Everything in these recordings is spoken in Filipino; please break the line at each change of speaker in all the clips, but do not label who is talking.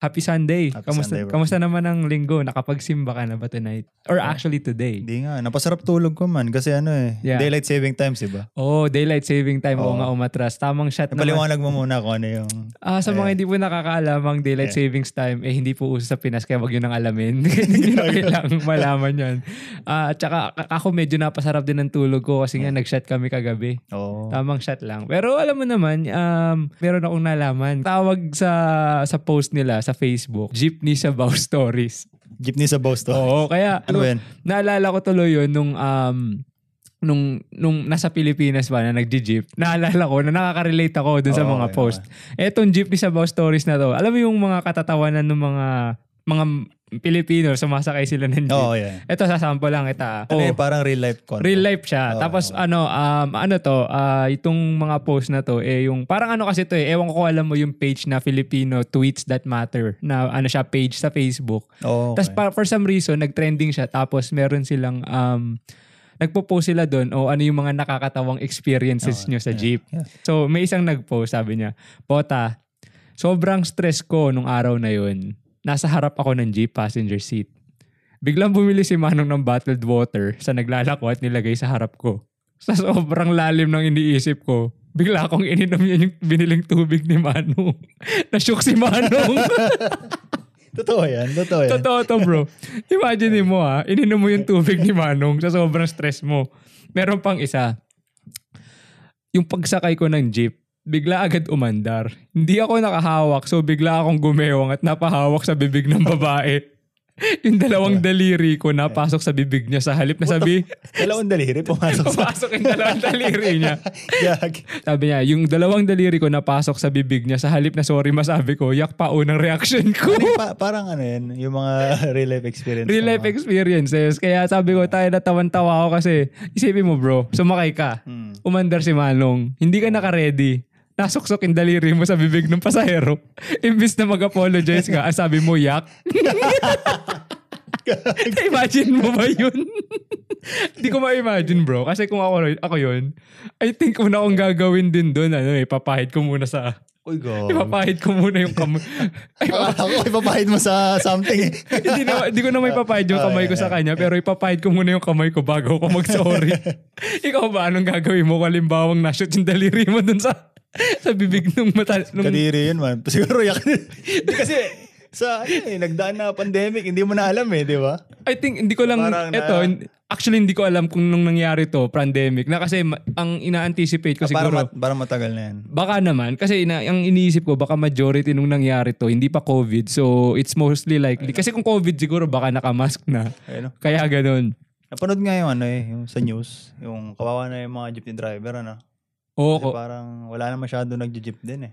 Happy Sunday.
Happy
kamusta,
Sunday, bro. Ah.
kamusta naman ang linggo? Nakapagsimba ka na ba tonight? Or actually today?
Hindi nga. Napasarap tulog ko man. Kasi ano eh.
Yeah.
Daylight saving times, diba?
Oh, daylight saving time. Oo
Oo.
nga, umatras. Tamang shot naman.
Paliwanag mo muna kung ano yung...
Ah, sa mga hindi po nakakaalam ang daylight
Yeah.
savings time, eh hindi po uso sa Pinas, kaya wag yun ang alamin. hindi na kailangang malaman yun. Ah, at saka a- ako medyo napasarap din ng tulog ko kasi nga nag-shot kami kagabi.
Oo.
Tamang shot lang. Pero alam mo naman, um, meron akong nalaman. Tawag sa sa post nila sa Facebook, Jeepney Sabaw Stories.
Jeepney sa boss to.
Oo, kaya
Ano ba yan?
naalala ko tuloy yun nung um, nung nung nasa Pilipinas ba na nagji-jeep. Naalala ko na nakaka-relate ako dun sa
Oo,
mga
okay,
post. Etong jeep ni Sabaw Stories na to. Alam mo yung mga katatawanan ng mga mga Pilipino sumasakay sila ng jeep.
Oo, yeah.
Ito sa sample lang kita.
Ano
Oh,
yun? Parang real life content.
Real life siya.
Oo,
Tapos ano um ano to, ah, itong mga post na to eh yung parang ano kasi to eh ewan ko kung alam mo yung page na Filipino Tweets That Matter na ano siya page sa Facebook.
Oo.
Tapos
okay.
pa- for some reason, nag-trending siya. Tapos meron silang, um, nagpo-post sila doon o ano yung mga nakakatawang experiences nyo sa jeep.
Oh, yeah.
So may isang nag-post, sabi niya, Pota, sobrang stress ko nung araw na yun. Nasa harap ako ng jeep passenger seat. Biglang bumili si Manong ng bottled water sa naglalako at nilagay sa harap ko. Sa sobrang lalim ng iniisip ko, bigla akong ininom yan yung biniling tubig ni Manong. Nasyok si Manong.
Totoo yan. Totoo yan.
Totoo to bro. Imagine mo ha, ininom mo yung tubig ni Manong sa sobrang stress mo. Meron pang isa. Yung pagsakay ko ng jeep, bigla agad umandar. Hindi ako nakahawak so bigla akong gumewang at napahawak sa bibig ng babae. yung dalawang daliri ko napasok sa bibig niya sa halip na sabi,
Dalawang daliri pumasok sa...
pumasok yung dalawang daliri niya.
Yag.
Sabi niya, yung dalawang daliri ko napasok sa bibig niya sa halip na sorry masabi ko, yak pa unang reaction ko.
Ano yung pa- parang ano yan? Yung mga real life experience.
Real
ng
life
mga-
experiences. Kaya sabi ko, tayo natawan-tawa ako kasi isipin mo bro, sumakay ka.
Hmm.
Umandar si Manong. Hindi ka naka-ready. Nasuksok yung daliri mo sa bibig ng pasahero. Imbis na mag-apologize ka, ang sabi mo, yak. Imagine mo ba yun? Hindi ko ma-imagine bro. Kasi kung ako, ako yun, I think una kong gagawin din doon, ano eh, papahid ko muna sa...
Uy, go.
Ipapahid ko muna yung kamay. Ay,
Ako, ipapahid mo sa something eh.
hindi na, hindi ko na may papahid yung
Oh,
kamay ko
yeah,
sa kanya, pero ipapahid ko muna yung kamay ko bago ako mag-sorry. Ikaw ba, anong gagawin mo? Kalimbawang nashoot yung daliri mo dun sa, sa bibig nung mata. Nung,
Kadiri yun man. Siguro yak. Hindi kasi sa ano eh, nagdaan na pandemic, hindi mo na alam eh, di ba?
I think, hindi ko lang,
Parang na-
eto, hin- actually hindi ko alam kung nung nangyari to, pandemic, na kasi ma- ang ina-anticipate ko
Para,
siguro,
mat- para matagal na yan.
Baka naman, kasi ina, ang iniisip ko, baka majority nung nangyari to, hindi pa COVID. So, it's mostly likely. Kasi kung COVID, siguro baka nakamask na.
Ayun. oh.
Kaya ganun.
Napanood nga yung ano eh, yung sa news, yung kawawa na yung mga jeepney driver, ano?
Oo,
Kasi
ko-
parang wala na masyado nagje-jeep din eh.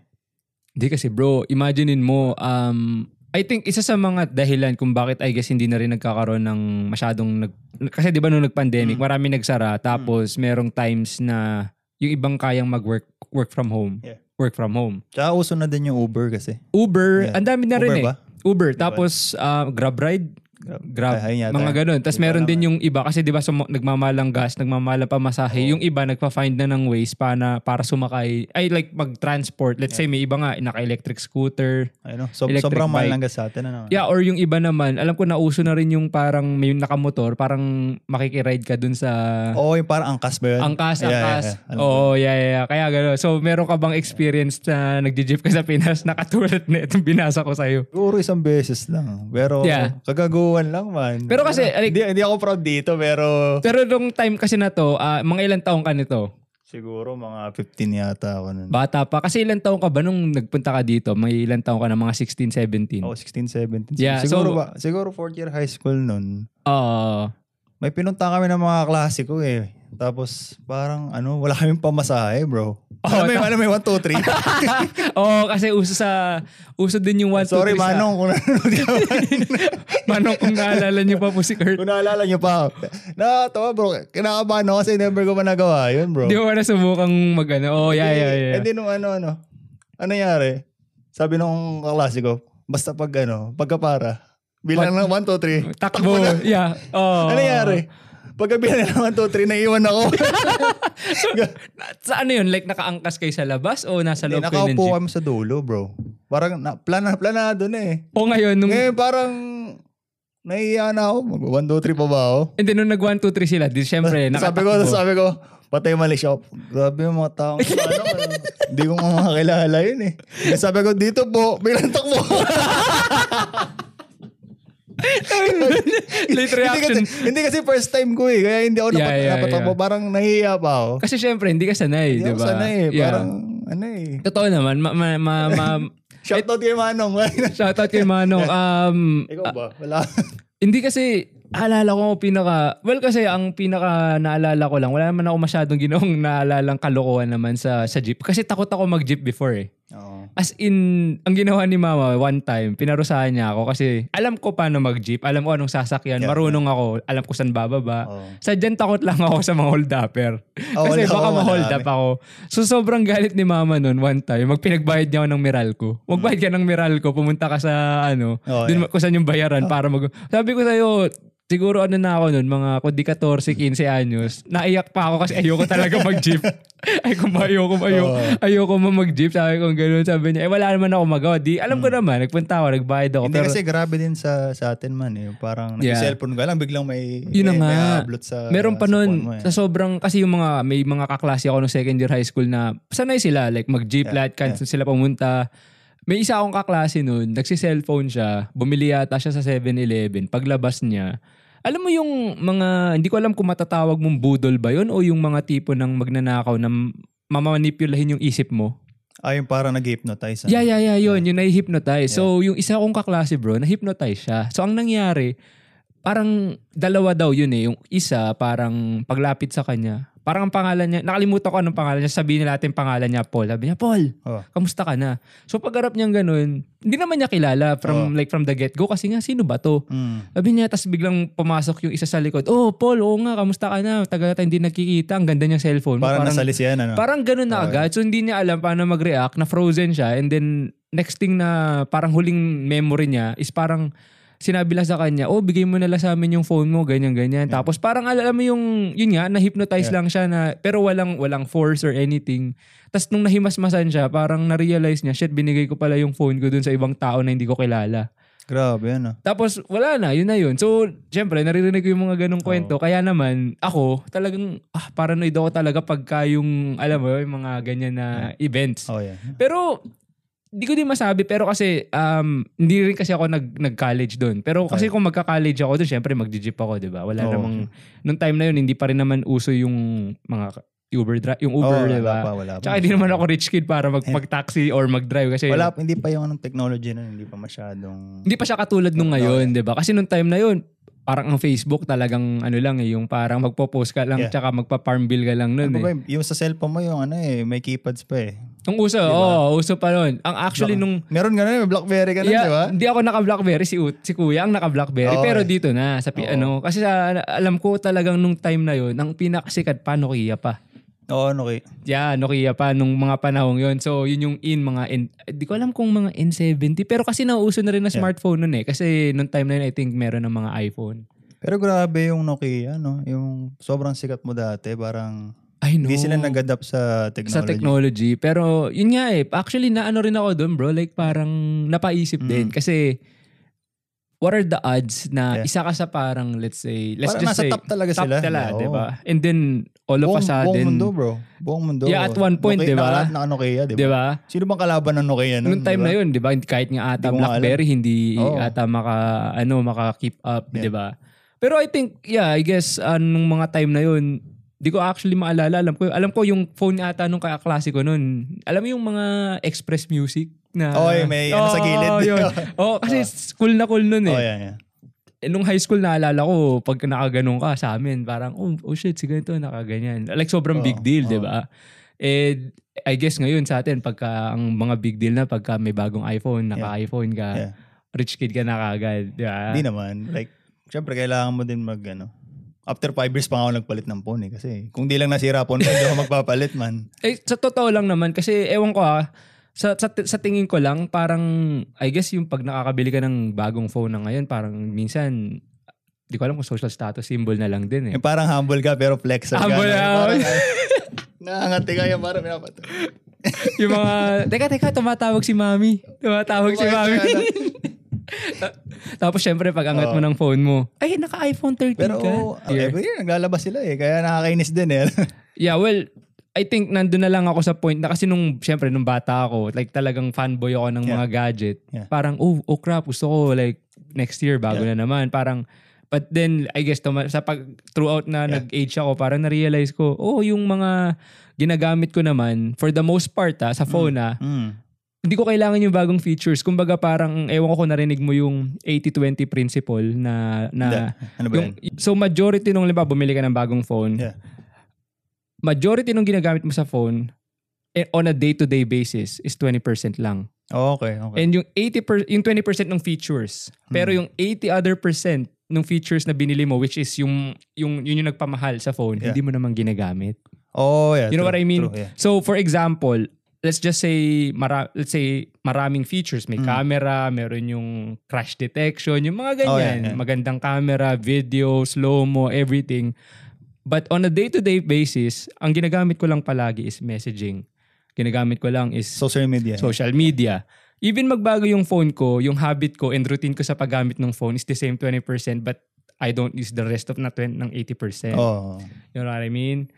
Hindi kasi bro, imaginein mo, um, I think isa sa mga dahilan kung bakit I guess hindi na rin nagkakaroon ng masyadong nag... Kasi di ba nung nag-pandemic,
Mm.
marami nagsara. Tapos merong times na yung ibang kayang mag-work work from home.
Yeah.
Work from home.
Tsaka uso na din yung Uber kasi.
Uber,
Yeah.
ang dami na rin
Uber
eh.
ba?
Uber. Tapos uh, Grab Ride.
Grab.
Grab.
Ay, ayun yata
mga
eh.
ganun. Tapos
Iba
meron din
naman.
yung iba kasi di ba sumo- nagmamalang gas, nagmamalang pamasahe. Yung iba nagpa-find na ng ways para, para sumakay. Ay like mag-transport. Let's say may iba nga, naka-electric scooter.
Ayun, oh. so,
Electric
sobrang mahal
bike.
lang sa atin, ano?
Yeah, or yung iba naman, alam ko nauso na rin yung parang may nakamotor, parang makikiride ka dun sa
Oo, yung parang angkas ba yun?
angkas,
Yeah, yeah,
angkas.
yeah. Ano? Alam ko.
Oo, yeah, yeah, yeah. Kaya gano'n. So, meron ka bang experience na nagdi-jeep ka sa Pinas na katulad na itong binasa ko sa'yo?
Siguro isang beses lang. Pero
Yeah.
kagaguhan lang man.
Pero kasi, like-
hindi, hindi ako proud dito, pero
Pero nung time kasi na to, ah, mga ilang taong ka nito?
siguro mga 15 yata ako nun.
Bata pa. Kasi ilang taong ka ba nung nagpunta ka dito? May ilang taong ka na? Mga 16, 17? Oo.
Oh, 16, 17.
Yeah,
siguro,
so-
ba, siguro fourth year high school nun. May pinunta kami ng mga klase ko eh. Tapos parang ano, wala kaming pamasahe bro.
Oh,
Ano, alam mo yung, alam mo yung 1, 2, 3?
Oo, kasi uso sa... Uso din yung 1, 2, 3
Sorry Manong kung nanonood ka man.
Manong kung naalala niyo pa po si Kurt.
kung naalala niyo pa. Nakatawa bro, kinakabahan ako kasi never ko pa nagawa yun bro.
Di mo na subukang mag ano. Oh, yeah, yeah, yeah.
And then nung ano, ano, ano nangyari? Sabi nung kaklase ko, basta pag ano, pagka para, bilang ng 1, 2, 3.
Takbo. Yeah. Oh.
Ano nangyari? Paggabi na lang 1, 2, 3, naiwan ako.
Sa ano yun? Like nakaangkas kayo sa labas o nasa
Hindi,
loob kayo ng
nakaupo
jeep?
kami sa dulo, bro. Parang na, plana, planado na eh.
O ngayon, nung,
Ngayon parang nahiya na ako. Mag 1, 2, 3 pa ba ako?
and then nung nag 1, 2, 3 sila, di syempre,
sabi ko,
nakatakbo.
sabi ko, patay mali siya. Grabe yung mga taong sa ano, hindi ko nga makakilala yun eh. Yung sabi ko, dito po, biglang takbo.
Late
hindi, kasi,
reaction.
hindi kasi first time ko eh, kaya hindi
Yeah,
ako napat-
yeah,
napatakbo.
yeah.
Parang nahiya pa ako.
Kasi syempre, hindi ka sanay,
Hindi
di
ako
ba?
sanay eh.
Yeah.
Parang, ano eh.
Totoo naman, ma, ma, ma, ma-
Shoutout kay Manong.
shoutout kay Manong. Um,
Ikaw ba? Wala.
hindi kasi, alala ko pinaka, well kasi ang pinaka naalala ko lang, wala naman ako masyadong ginawang naalalang kalokohan naman sa, sa jeep. Kasi takot ako mag-jeep before eh.
Oo.
As in, ang ginawa ni mama one time, pinarusahan niya ako kasi alam ko paano mag-jeep, alam ko anong sasakyan,
Yeah. Oh.
marunong ako, alam ko saan bababa.
Oo.
Sadyang takot lang ako sa mga hold upper.
Oo,
kasi baka
wala ako, wala
ma-hold up
kami.
ako. So sobrang galit ni mama noon one time, magpinagbayad niya ako ng Meralco. Magbayad ka ng Meralco, pumunta ka sa ano,
Oo,
dun ma- kung saan yung bayaran para mag... Sabi ko sa'yo, siguro ano na ako noon, mga kundi 14, 15 anyos, naiyak pa ako kasi ayoko talaga mag-jeep. Ay, kung ba ayoko, ayoko, ayoko ma mag-jeep. Sabi ko, ganun. Sabi niya, eh, wala naman ako magawa. Di, alam ko naman, nagpunta ako, nagbayad ako.
Hmm. Hindi
Pero,
kasi grabe din sa sa atin man eh. Parang
Yeah.
nag-cellphone ka lang, biglang may,
yun na
may,
nga.
may upload sa
Meron pa
sa
nun,
phone mo eh.
sa sobrang, kasi yung mga, may mga kaklase ako no second year high school na, sanay sila, like mag-jeep, lahat kan sila pumunta. May isa akong kaklase nun, nagsi-cellphone siya, bumili yata siya sa 7-Eleven, paglabas niya, alam mo yung mga, hindi ko alam kung matatawag mong budol ba yun o yung mga tipo ng magnanakaw na mamamanipulahin yung isip mo.
Ah, yung parang nag-hypnotize. ano?
Yeah, yeah, yeah, yun. Yung nai-hypnotize. So, yung isa kong kaklase, bro, na-hypnotize siya. So, ang nangyari, parang dalawa daw yun eh. Yung isa, parang paglapit sa kanya. Parang ang pangalan niya, nakalimutan ko anong pangalan niya. Sabihin na natin pangalan niya, Paul. Sabi niya, Paul,
Oh.
kamusta ka na? So, pagharap niyang ganun, hindi naman niya kilala from, like, from the get-go. Kasi nga, sino ba to?
Mm.
Sabi niya, tapos biglang pumasok yung isa sa likod. Oh, Paul, oo nga, kamusta ka na? Tagal na tayo hindi nagkikita. Ang ganda niyang cellphone. mo."
Parang, nasalis yan, ano?
Parang ganun na agad. So, hindi niya alam paano mag-react. Na-frozen siya. And then, next thing na parang huling memory niya is parang sinabi lang sa kanya, oh, bigay mo na lang sa amin yung phone mo, ganyan-ganyan. Tapos parang alam mo yung, yun nga, na-hypnotize lang siya na, pero walang, walang force or anything. Tapos nung nahimasmasan siya, parang na-realize niya, shit, binigay ko pala yung phone ko dun sa ibang tao na hindi ko kilala.
Grabe, ano?
Tapos wala na, yun na yun. So, syempre, naririnig ko yung mga ganong kwento. Kaya naman, ako, talagang, ah, paranoid ako talaga pagka yung, alam mo, yung mga ganyan na events.
Oh, yeah.
Pero, hindi ko din masabi, pero kasi, um, hindi rin kasi ako nag, nag-college doon. Pero kasi kung magka-college ako doon, syempre, mag-jeep ako, di ba? Wala
Oo.
namang, nung time na yun, hindi pa rin naman uso yung mga Uber, dri- yung
Oh,
Uber, di
wala
ba?
pa, wala pa.
Tsaka hindi naman ako rich kid para mag- mag-taxi or mag-drive kasi
Wala, hindi pa yung anong technology na, hindi pa masyadong...
hindi pa siya katulad nung ngayon, 'di ba? Kasi nung time na 'yon, parang ang Facebook talagang ano lang eh, yung parang magpo-post ka lang
Yeah.
tsaka magpa-farm bill ka lang
Ano
nun
ba
eh.
yun? yung sa cellphone mo, yung ano eh, may keypads pa eh.
Yung uso, oo, oh, uso pa nun. Ang actually nung
Meron ka na, may Blackberry ka na,
Yeah,
di ba?
Hindi ako naka-Blackberry, si, Ut- si Kuya ang naka-Blackberry.
Oo,
pero
eh.
dito na, sa, pi-
Oo.
ano, kasi sa, alam ko talagang nung time na yon ang pinakasikat pa, Nokia pa.
Oo, ano kay...
Yeah, Nokia pa nung mga panahong yon. So, yun yung in mga N- di ko alam kung mga N70. Pero kasi nauso na rin na smartphone nun eh. Kasi nung time na yun, I think meron ng mga iPhone.
Pero grabe yung Nokia, no? Yung sobrang sikat mo dati, parang
I know.
hindi sila nag-adapt sa technology.
sa technology. Pero yun nga eh, actually naano rin ako doon bro, like parang napaisip
Mm.
din kasi what are the odds na
Yeah.
isa ka sa parang let's say, let's
Parang
just
nasa
say,
top talaga sila.
tala,
Oo.
di ba? And then all of a
buong, buong
sudden,
mundo, bro. Buong mundo.
Yeah, at one point,
Nokia-
di ba?
Lahat na Nokia, di ba?
di ba?
Sino bang kalaban ng Nokia nun?
Noong time na yun, di ba? Kahit nga ata
Hindi ko nga
BlackBerry, hindi
Oo.
ata maka, ano, maka-keep up,
Yeah.
di ba? Pero I think, yeah, I guess, uh, nung mga time na yun, di ko actually maalala. Alam ko, alam ko yung phone ata nung kaklase ko nun. Alam mo yung mga express music na...
Oo, eh, may ano sa gilid.
Oo, ah. Oh, yun. Oo, kasi cool na cool nun eh.
Oh, yeah, yeah.
Eh, Nung high school, naalala ko, pag nakaganong ka sa amin, parang, oh, oh shit, si ganito, nakaganyan. Like, sobrang
Oo,
big deal, di
oo.
ba? And I guess ngayon sa atin, pagka ang mga big deal na, pagka may bagong iPhone, naka-iPhone ka,
Yeah.
rich kid ka na kagad. Di ba?
Hindi naman. Like, syempre, kailangan mo din mag, ano, after five years pa nga ako nagpalit ng phone eh. Kasi kung di lang nasira phone, hindi ako magpapalit man.
Eh, sa totoo lang naman, kasi ewan ko ah, sa, sa, sa tingin ko lang, parang, I guess yung pag nakakabili ka ng bagong phone na ngayon, parang minsan, Di ko alam kung social status symbol na lang din eh.
Yung parang humble ka pero flexer
Humble na
ka. Yung
ako.
parang, ay, Nakangati ka yung parang pinapatay.
yung mga, teka, teka, tumatawag si mami. Tumatawag si mami.
ano?
Tapos syempre, pag angat mo ng phone mo, ay, naka-iPhone 13
Pero
ka.
oh,
Yeah.
every year naglalabas sila eh. Kaya nakakainis din eh.
Yeah, well, I think nandun na lang ako sa point na kasi nung, syempre, nung bata ako, like talagang fanboy ako ng
Yeah.
mga gadget.
Yeah.
Parang, oh, oh crap, gusto ko like next year, bago na naman. Parang, but then, I guess, tuma- sa pag, throughout na
Yeah.
nag-age ako, parang na-realize ko, oh, yung mga ginagamit ko naman, for the most part ah, sa phone ah,
mm.
hindi ko kailangan yung bagong features. Kumbaga parang, ewan ko kung narinig mo yung 80-20 principle na, na
Ano ba
Ah. yung,
yan?
so majority nung, liba, bumili ka ng bagong phone,
Yeah.
majority nung ginagamit mo sa phone, eh, on a day-to-day basis, is 20% lang.
Okay, okay.
And yung 80 per- yung 20% ng features, pero
Hmm.
yung 80 other percent ng features na binili mo, which is yung, yung, yun yung nagpamahal sa phone,
Yeah.
hindi mo naman ginagamit.
oh, yeah.
You know
true,
what I mean?
True, yeah.
So for example, let's just say mara- let's say maraming features,
Mm.
may camera, meron yung crash detection, yung mga ganyan,
Oh, yeah, yeah.
magandang camera, video, slow-mo, everything. But on a day-to-day basis, ang ginagamit ko lang palagi is messaging. Ginagamit ko lang is
Social media.
social media. Even magbago yung phone ko, yung habit ko and routine ko sa paggamit ng phone is the same 20% but I don't use the rest of na 20 ng 80%.
oh.
You know what I mean?